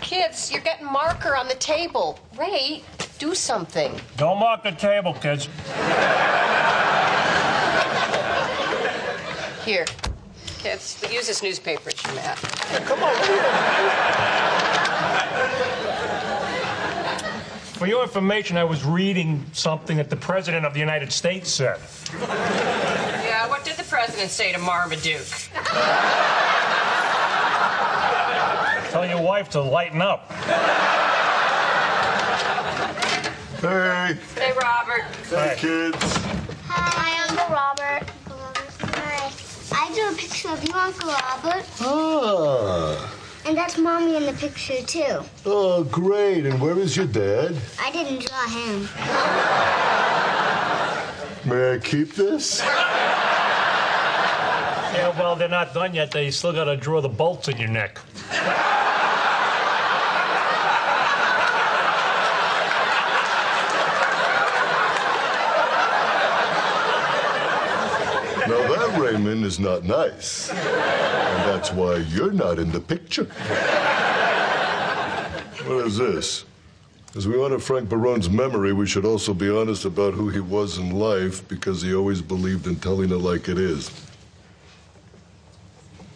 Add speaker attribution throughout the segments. Speaker 1: Kids, you're getting marker on the table. Ray, do something.
Speaker 2: Don't mark the table, kids.
Speaker 1: Here. Kids, use this newspaper it's your mat.
Speaker 2: For your information, I was reading something that the President of the United States said.
Speaker 1: Yeah, what did the president say to Marmaduke?
Speaker 2: Tell your wife to lighten up.
Speaker 3: Hey,
Speaker 1: Hey, Robert.
Speaker 3: hey, kids.
Speaker 4: Hi, Uncle Robert. Hi. I drew a picture of you, Uncle Robert.
Speaker 3: Ah,
Speaker 4: And that's Mommy in the picture, too.
Speaker 3: oh, great. And where is your dad?
Speaker 4: I didn't draw him.
Speaker 3: May I keep this?
Speaker 2: Yeah, well, they're not done yet. They still gotta draw the bolts in your neck.
Speaker 3: Now, that, Raymond, is not nice. And that's why you're not in the picture. What is this? As we honor Frank Barone's memory, we should also be honest about who he was in life because he always believed in telling it like it is.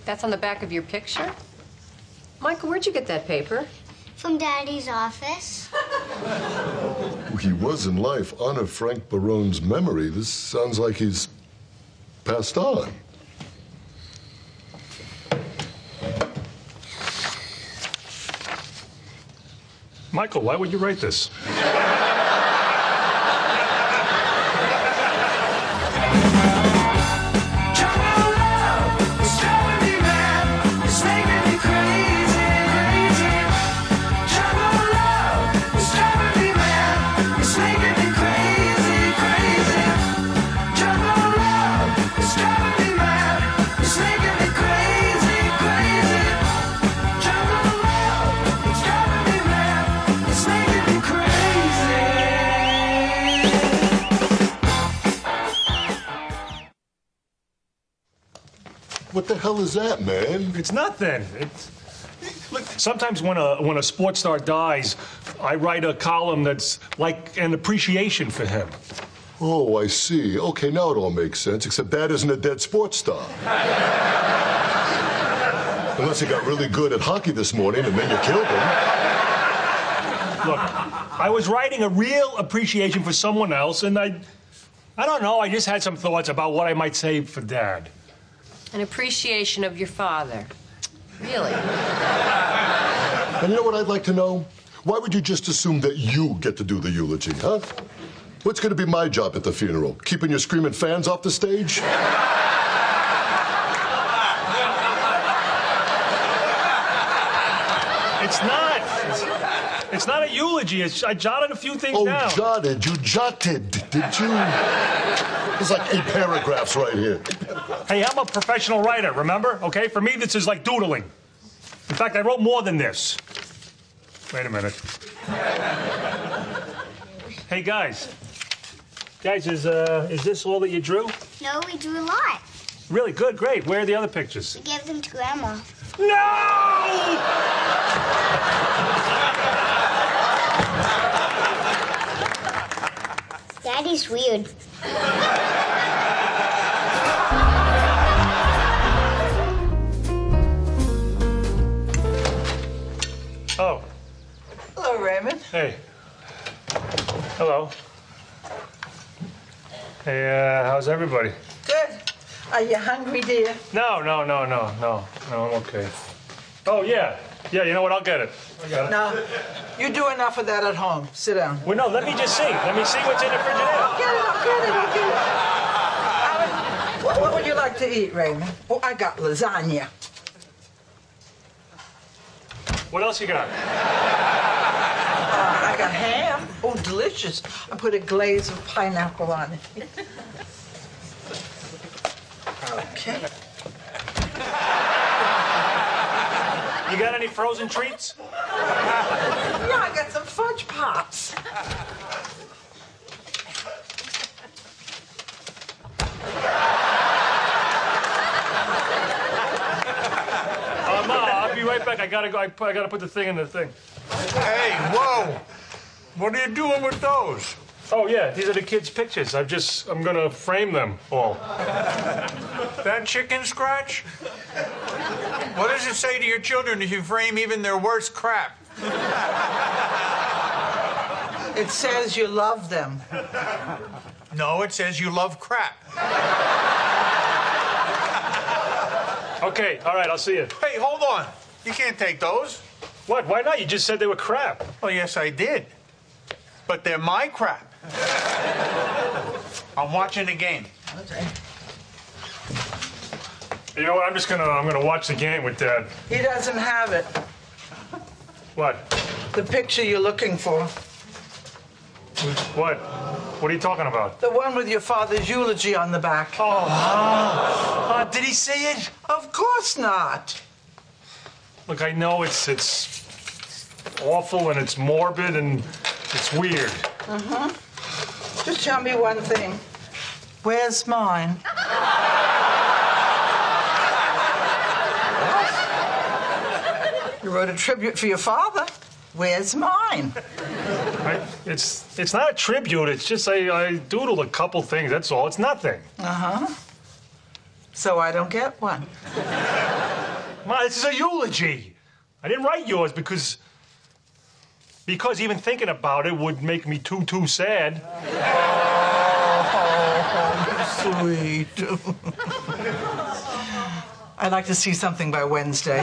Speaker 1: That's on the back of your picture? Michael, where'd you get that paper?
Speaker 4: From Daddy's office.
Speaker 3: Who he was in life, honor Frank Barone's memory. This sounds like he's passed on.
Speaker 2: Michael, why would you write this?
Speaker 5: Crazy.
Speaker 3: What the hell is that, man?
Speaker 2: It's nothing. It's, look, sometimes when a when a sports star dies, I write a column that's like an appreciation for him.
Speaker 3: Oh, I see. Okay, now it all makes sense, except that isn't a dead sports star. Unless he got really good at hockey this morning and then you killed him.
Speaker 2: Look, I was writing a real appreciation for someone else, and I, I don't know. I just had some thoughts about what I might say for Dad.
Speaker 1: An appreciation of your father. Really?
Speaker 3: And you know what I'd like to know? Why would you just assume that you get to do the eulogy, huh? What's going to be my job at the funeral? Keeping your screaming fans off the stage?
Speaker 2: It's not. It's, it's not a eulogy. It's, I jotted a few things
Speaker 3: Oh,
Speaker 2: down.
Speaker 3: jotted. You jotted, did you? There's like eight paragraphs right here.
Speaker 2: hey, I'm a professional writer. Remember? Okay. For me, this is like doodling. In fact, I wrote more than this. Wait a minute. hey guys, guys, is uh, is this all that you drew?
Speaker 4: No, we drew a lot.
Speaker 2: Really good, great. Where are the other pictures?
Speaker 4: We gave them to Grandma.
Speaker 2: No!
Speaker 4: Daddy's weird.
Speaker 2: Oh,
Speaker 6: Hello, Raymond.
Speaker 2: hey. Hello. Hey, uh, how's everybody?
Speaker 6: Good. Are you hungry, dear?
Speaker 2: No, no, no, no, no, no, I'm okay. Oh, yeah. Yeah, you know what? I'll get it. I got it.
Speaker 6: No. You do enough of that at home. Sit down.
Speaker 2: Well, no, let me just see. Let me see what's in the refrigerator.
Speaker 6: Get it, I'll get it, I'll get it. I would- What, what would you like to eat, Raymond? Oh, I got lasagna.
Speaker 2: What else you got?
Speaker 6: I got ham. Oh, delicious. I put a glaze of pineapple on it. Okay.
Speaker 2: You got any frozen treats?
Speaker 6: Yeah, I got some fudge pops.
Speaker 2: Uh, Ma, I'll be right right back. I gotta go. I, I gotta put the thing in the thing.
Speaker 5: Hey, whoa! What are you doing with those?
Speaker 2: Oh yeah, these are the kids' pictures. I'm just I'm gonna frame them all.
Speaker 5: That chicken scratch? What does it say to your children if you frame even their worst crap?
Speaker 6: It says you love them.
Speaker 5: No, it says you love crap.
Speaker 2: Okay, all right. I'll see you.
Speaker 5: Hey, hold on. You can't take those.
Speaker 2: What? Why not? You just said they were crap.
Speaker 5: Well, yes, I did. But they're my crap. I'm watching the game.
Speaker 2: You know what? I'm just gonna I'm gonna watch the game with Dad.
Speaker 6: He doesn't have it.
Speaker 2: What?
Speaker 6: The picture you're looking for.
Speaker 2: What? What are you talking about?
Speaker 6: The one with your father's eulogy on the back.
Speaker 5: Oh, Uh, did he see it?
Speaker 6: Of course not.
Speaker 2: Look, I know it's it's awful and it's morbid and it's weird.
Speaker 6: Just tell me one thing. Where's mine? you wrote a tribute for your father. Where's mine?
Speaker 2: I, it's it's not a tribute. It's just I, I doodled a couple things. That's all. It's nothing.
Speaker 6: So I don't get one.
Speaker 2: Ma, this is a eulogy. I didn't write yours because because even thinking about it would make me too too sad.
Speaker 6: Oh, Sweet. I'd like to see something by Wednesday.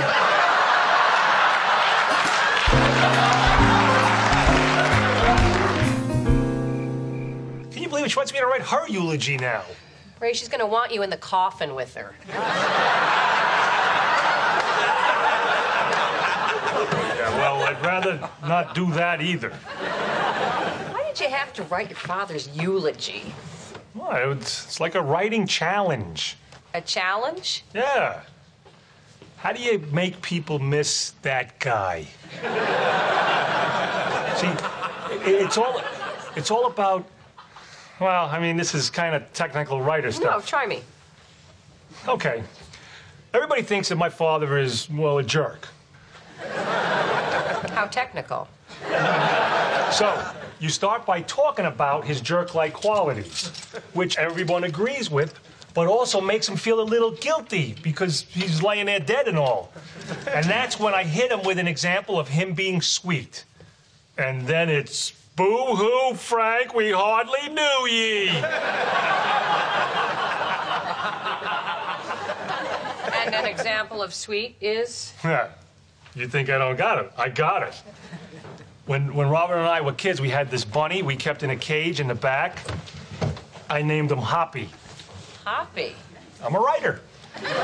Speaker 2: Can you believe it? She wants me to write her eulogy now.
Speaker 1: Ray, she's gonna want you in the coffin with her.
Speaker 2: Yeah, well, I'd rather not do that either.
Speaker 1: Why did you have to write your father's eulogy?
Speaker 2: Well, it's, it's like a writing challenge.
Speaker 1: A challenge?
Speaker 2: Yeah. How do you make people miss that guy? See, i- it's all it's all about. Well, I mean, this is kind of technical writer
Speaker 1: No,
Speaker 2: stuff.
Speaker 1: try me.
Speaker 2: Okay. Everybody thinks that my father is well a jerk.
Speaker 1: How technical?
Speaker 2: So, you start by talking about his jerk like qualities, which everyone agrees with, but also makes him feel a little guilty because he's laying there dead and all. And that's when I hit him with an example of him being sweet. And then it's boo hoo, Frank, we hardly knew ye.
Speaker 1: And an example of sweet is
Speaker 2: Yeah. You think I don't got it? I got it. When when Robert and I were kids, we had this bunny we kept in a cage in the back. I named him Hoppy.
Speaker 1: Hoppy.
Speaker 2: I'm a writer. anyway,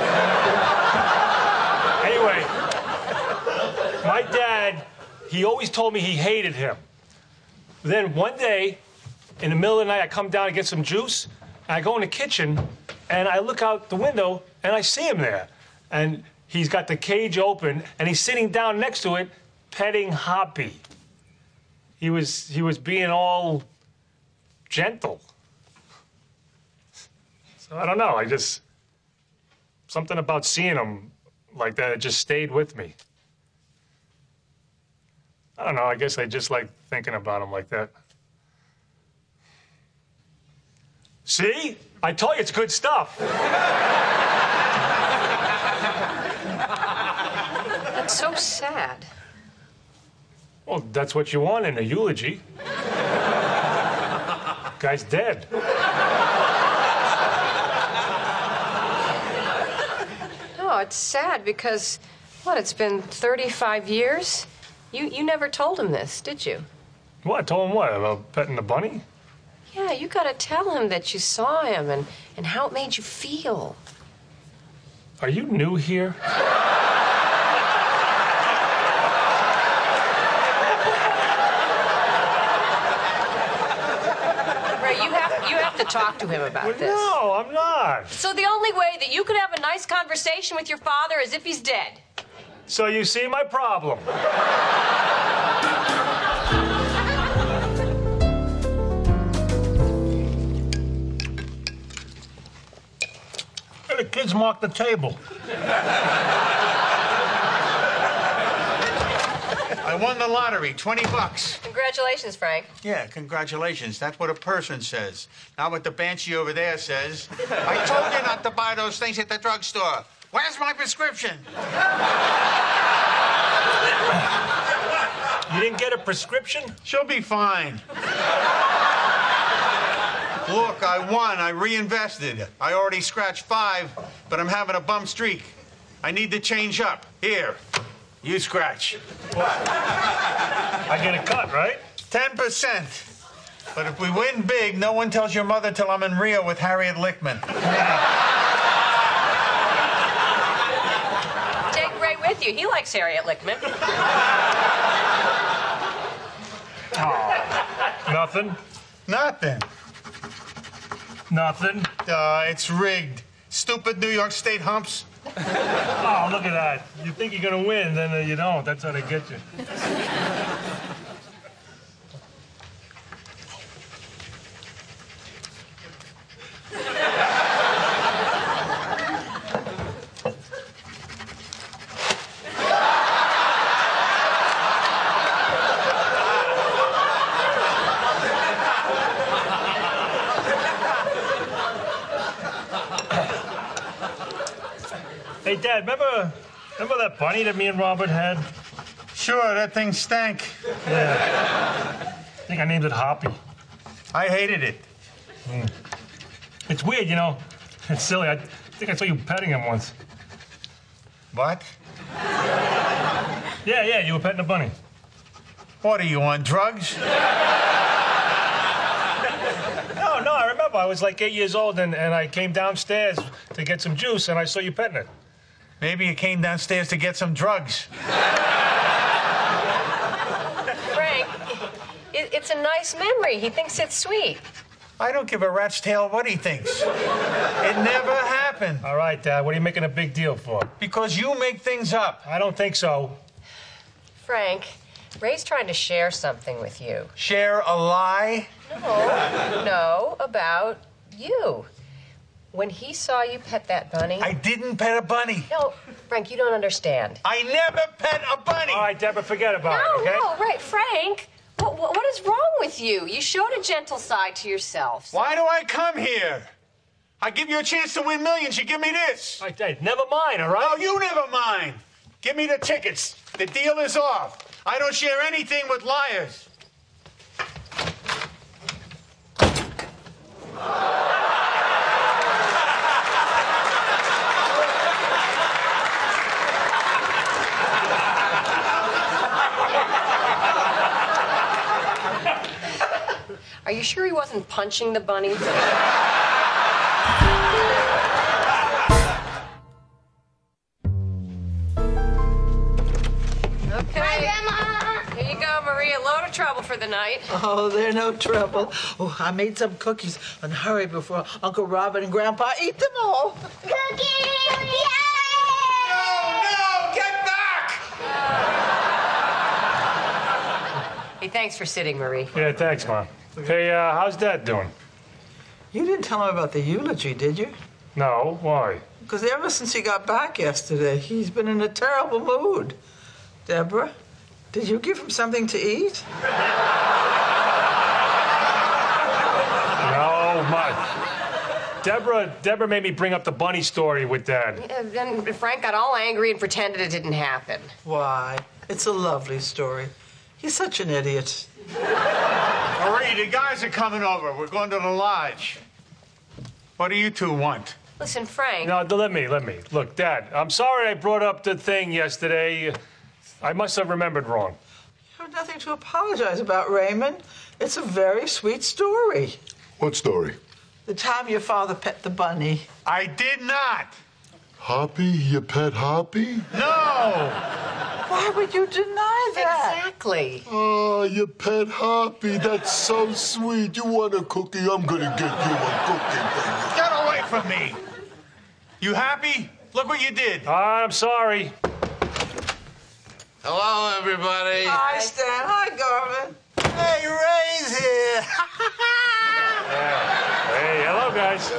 Speaker 2: my dad, he always told me he hated him. Then one day, in the middle of the night, I come down and get some juice. And I go in the kitchen and I look out the window and I see him there. And he's got the cage open and he's sitting down next to it, petting Hoppy. He was he was being all gentle. I don't know. I just something about seeing him like that. It just stayed with me. I don't know. I guess I just like thinking about him like that. See, I told you it's good stuff.
Speaker 1: That's so sad.
Speaker 2: Well, that's what you want in a eulogy. Guy's dead.
Speaker 1: No, it's sad because what, it's been 35 years? You you never told him this, did you?
Speaker 2: What? Told him what about petting the bunny?
Speaker 1: Yeah, you gotta tell him that you saw him and, and how it made you feel.
Speaker 2: Are you new here?
Speaker 1: Ray, you have you have to talk to him about this.
Speaker 2: No, I'm not.
Speaker 1: So the only way that you could have a nice conversation with your father is if he's dead.
Speaker 2: So you see my problem. The kids marked the table.
Speaker 5: I won the lottery, 20 bucks.
Speaker 1: Congratulations, Frank.
Speaker 5: Yeah, congratulations. That's what a person says. Not what the banshee over there says. I told you not to buy those things at the drugstore. Where's my prescription?
Speaker 2: You didn't get a prescription?
Speaker 5: She'll be fine. Look, I won. I reinvested. I already scratched five, but I'm having a bum streak. I need to change up. Here, you scratch.
Speaker 2: I get a cut, right?
Speaker 5: 10%. But if we win big, no one tells your mother till I'm in Rio with Harriet Lickman.
Speaker 1: Take Ray with you. He likes Harriet Lickman.
Speaker 2: Nothing.
Speaker 5: Nothing.
Speaker 2: Nothing.
Speaker 5: Uh, it's rigged. Stupid New York State humps.
Speaker 2: Oh, look at that. You think you're going to win, then uh, you don't. That's how they get you. Hey, Dad, remember, remember that bunny that me and Robert had?
Speaker 5: Sure, that thing stank.
Speaker 2: I think I named it Hoppy.
Speaker 5: I hated it.
Speaker 2: It's weird, you know. It's silly. I think I saw you petting him once.
Speaker 5: What?
Speaker 2: Yeah, yeah, you were petting a bunny.
Speaker 5: What are you on drugs?
Speaker 2: No, no, I remember. I was like eight years old, and, and I came downstairs to get some juice, and I saw you petting it.
Speaker 5: Maybe you came downstairs to get some drugs.
Speaker 1: Frank, it, it's a nice memory. He thinks it's sweet.
Speaker 5: I don't give a rat's tail what he thinks. It never happened
Speaker 2: All right, Dad, what are you making a big deal for?
Speaker 5: because you make things up.
Speaker 2: I don't think so.
Speaker 1: Frank, Ray's trying to share something with you.
Speaker 5: Share a lie?
Speaker 1: No, no, about you. When he saw you pet that bunny.
Speaker 5: I didn't pet a bunny.
Speaker 1: No, Frank, you don't understand.
Speaker 5: I never pet a bunny.
Speaker 2: All right, Deborah, forget about
Speaker 1: No,
Speaker 2: it, okay?
Speaker 1: no, right, Frank. What, what, what is wrong with you? You showed a gentle side to yourself.
Speaker 5: Why do I come here? I give you a chance to win millions. You give me this.
Speaker 2: All right, Dad, never mind, all right?
Speaker 5: Oh, you never mind. Give me the tickets. The deal is off. I don't share anything with liars.
Speaker 1: Are you sure he wasn't punching the bunny?
Speaker 4: Hi,
Speaker 1: okay,
Speaker 4: Grandma.
Speaker 1: here you go, Maria. Load of trouble for the night.
Speaker 6: Oh, they're no trouble. Oh, I made some cookies and hurry before Uncle Robert and Grandpa eat them all.
Speaker 4: Cookie!
Speaker 5: No, no, get back!
Speaker 1: Hey, thanks for sitting, Marie.
Speaker 2: Yeah, thanks, Mom. Hey, uh, how's Dad doing?
Speaker 6: You didn't tell him about the eulogy, did you?
Speaker 2: No, why?
Speaker 6: Because ever since he got back yesterday, he's been in a terrible mood. Deborah, did you give him something to eat?
Speaker 2: No, much. Deborah, Deborah made me bring up the bunny story with Dad.
Speaker 1: And then Frank got all angry and pretended it didn't happen.
Speaker 6: Why? It's a lovely story. He's such an idiot.
Speaker 5: Marie, the guys are coming over. We're going to the lodge. What do you two want?
Speaker 1: Listen, Frank.
Speaker 2: No, let me, let me. Look, Dad, I'm sorry I brought up the thing yesterday. I must have remembered wrong.
Speaker 6: You have nothing to apologize about, Raymond. It's a very sweet story.
Speaker 3: What story?
Speaker 6: The time your father pet the bunny.
Speaker 5: I did not.
Speaker 3: Hoppy, your pet Hoppy?
Speaker 5: No.
Speaker 6: Why would you deny that?
Speaker 1: Exactly.
Speaker 3: Oh, your pet Hoppy, that's so sweet. You want a cookie? I'm gonna get you a cookie.
Speaker 5: Get away from me. You happy? Look what you did.
Speaker 2: I'm sorry.
Speaker 7: Hello, everybody.
Speaker 6: Hi, Stan. Hi, Garvin.
Speaker 5: Hey, Ray's here.
Speaker 2: Hey, hello, guys.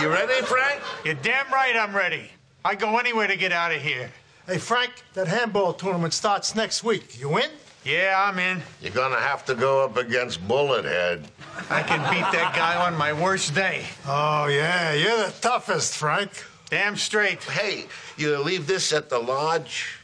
Speaker 7: You ready, Frank?
Speaker 5: You're damn right I'm ready. I go anywhere to get out of here.
Speaker 8: Hey, Frank, that handball tournament starts next week. You in?
Speaker 5: Yeah, I'm in.
Speaker 7: You're gonna have to go up against Bullethead.
Speaker 5: I can beat that guy on my worst day.
Speaker 8: Oh, yeah, you're the toughest, Frank.
Speaker 5: Damn straight.
Speaker 7: Hey, you leave this at the lodge?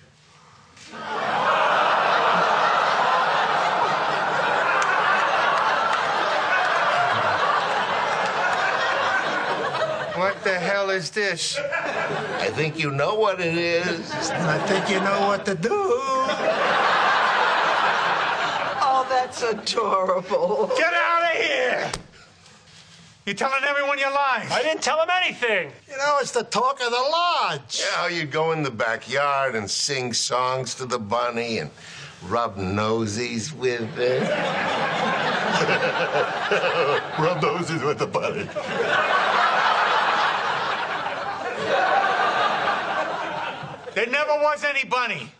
Speaker 5: What the hell is this?
Speaker 7: I think you know what it is.
Speaker 8: And I think you know what to do.
Speaker 6: Oh, that's adorable.
Speaker 5: Get out of here! You're telling everyone your lies.
Speaker 2: I didn't tell him anything.
Speaker 8: You know, it's the talk of the lodge.
Speaker 7: How you go in the backyard and sing songs to the bunny and rub nosies with it.
Speaker 3: Rub noses with the bunny.
Speaker 5: There never was any bunny.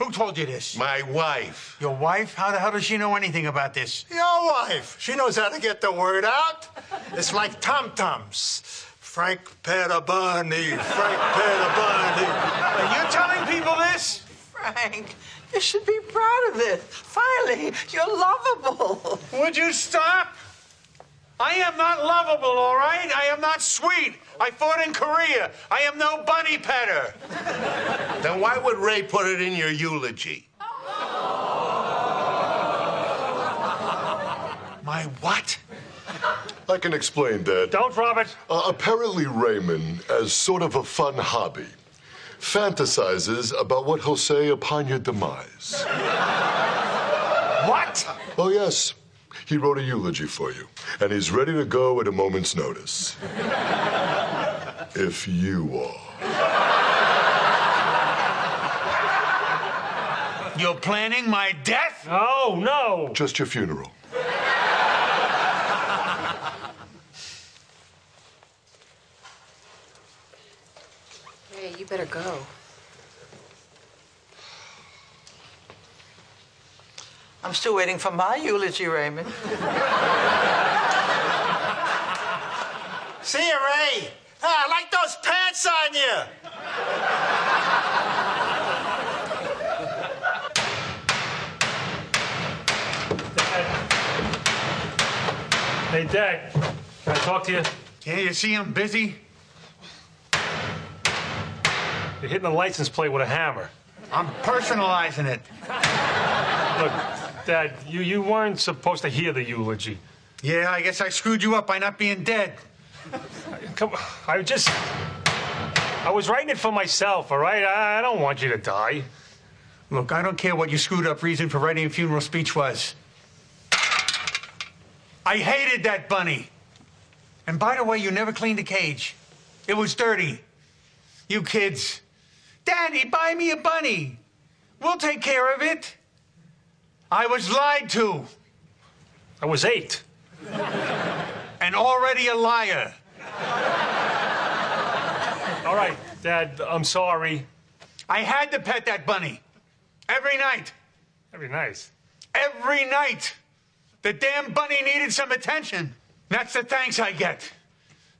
Speaker 5: Who told you this?
Speaker 7: My wife.
Speaker 5: Your wife? How the hell does she know anything about this?
Speaker 8: Your wife, she knows how to get the word out. It's like Tom Toms. Frank Pettibone, Frank Pettibone.
Speaker 5: And you're telling people this?
Speaker 6: Frank, you should be proud of this. Finally, you're lovable.
Speaker 5: Would you stop? I am not lovable, all right? I am not sweet. I fought in Korea. I am no bunny petter.
Speaker 7: Then why would Ray put it in your eulogy?
Speaker 5: My what?
Speaker 3: I can explain that.
Speaker 2: Don't, Robert.
Speaker 3: Uh, apparently, Raymond, as sort of a fun hobby, fantasizes about what he'll say upon your demise.
Speaker 2: What?
Speaker 3: Oh, yes. He wrote a eulogy for you, and he's ready to go at a moment's notice. if you are.
Speaker 5: You're planning my death?
Speaker 2: Oh, no.
Speaker 3: Just your funeral.
Speaker 1: Hey, you better go.
Speaker 6: I'm still waiting for my eulogy, Raymond.
Speaker 8: See you, Ray. Ah, I like those pants on you.
Speaker 2: Hey, Dad. Can I talk to you?
Speaker 5: Yeah, you see, I'm busy.
Speaker 2: You're hitting the license plate with a hammer.
Speaker 5: I'm personalizing it.
Speaker 2: Look, Dad, you, you weren't supposed to hear the eulogy.
Speaker 5: Yeah, I guess I screwed you up by not being dead.
Speaker 2: Come, I just. I was writing it for myself, all right? I, I don't want you to die.
Speaker 5: Look, I don't care what your screwed up reason for writing a funeral speech was. I hated that bunny. And by the way, you never cleaned the cage. It was dirty. You kids. Daddy, buy me a bunny. We'll take care of it. I was lied to
Speaker 2: I was eight.
Speaker 5: and already a liar.
Speaker 2: All right, Dad, I'm sorry.
Speaker 5: I had to pet that bunny every night.
Speaker 2: That'd be nice.
Speaker 5: every night. The damn bunny needed some attention. That's the thanks I get.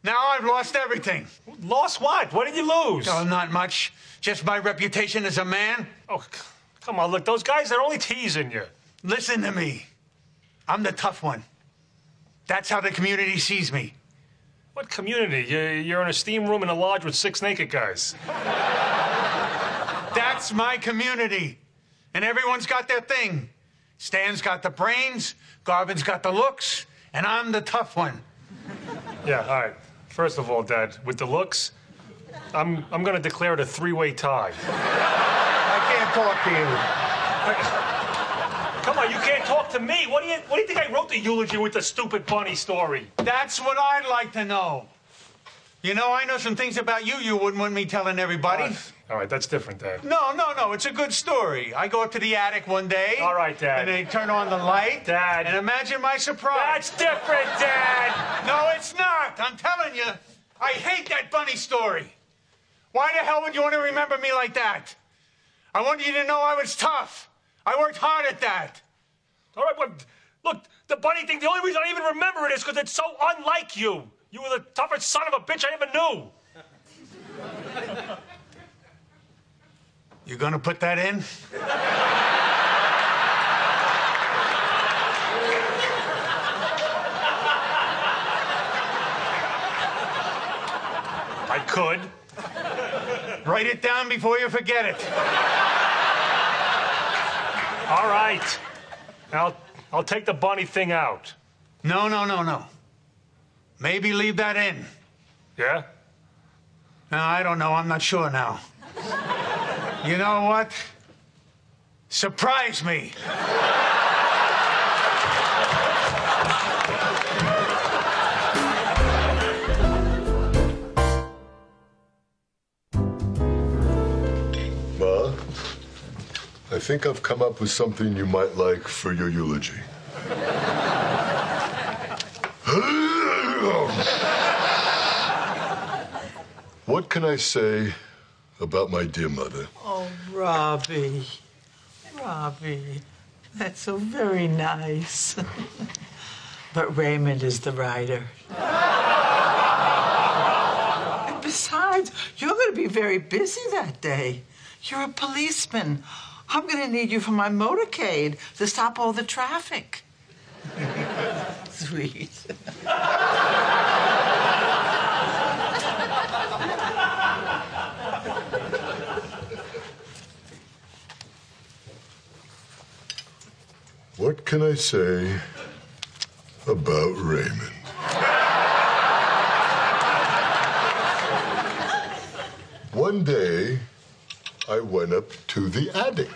Speaker 5: Now I've lost everything.
Speaker 2: Lost what? What did you lose?
Speaker 5: Oh, not much. Just my reputation as a man.
Speaker 2: Oh, c- come on, look, those guys, they're only teasing you.
Speaker 5: Listen to me. I'm the tough one. That's how the community sees me.
Speaker 2: What community? You- You're in a steam room in a lodge with six naked guys.
Speaker 5: That's my community. And everyone's got their thing. Stan's got the brains, Garvin's got the looks, and I'm the tough one.
Speaker 2: Yeah, all right. First of all, Dad, with the looks, I'm, I'm going to declare it a three way tie.
Speaker 5: I can't talk to you.
Speaker 2: Come on, you can't talk to me. What do you, what do you think I wrote the eulogy with the stupid bunny story?
Speaker 5: That's what I'd like to know. You know, I know some things about you you wouldn't want me telling everybody.
Speaker 2: All right, that's different, Dad.
Speaker 5: No, no, no. It's a good story. I go up to the attic one day.
Speaker 2: All right, Dad.
Speaker 5: And they turn on the light.
Speaker 2: Dad.
Speaker 5: And imagine my surprise.
Speaker 2: That's different, Dad!
Speaker 5: No, it's not. I'm telling you. I hate that bunny story. Why the hell would you want to remember me like that? I wanted you to know I was tough. I worked hard at that.
Speaker 2: All right, well, look, the bunny thing, the only reason I even remember it is because it's so unlike you. You were the toughest son of a bitch I ever knew.
Speaker 5: You gonna put that in?
Speaker 2: could.
Speaker 5: Write it down before you forget it.
Speaker 2: All right. I'll, I'll take the bunny thing out.
Speaker 5: No, no, no, no. Maybe leave that in.
Speaker 2: Yeah?
Speaker 5: No, I don't know. I'm not sure now. You know what? Surprise me.
Speaker 3: Ma, I think I've come up with something you might like for your eulogy. what can I say about my dear mother?
Speaker 6: Oh, Robbie. Robbie. That's so very nice. but Raymond is the writer. and besides, you're going to be very busy that day. You're a policeman. I'm going to need you for my motorcade to stop all the traffic. Sweet.
Speaker 3: What can I say about Raymond? One day, I went up to the attic.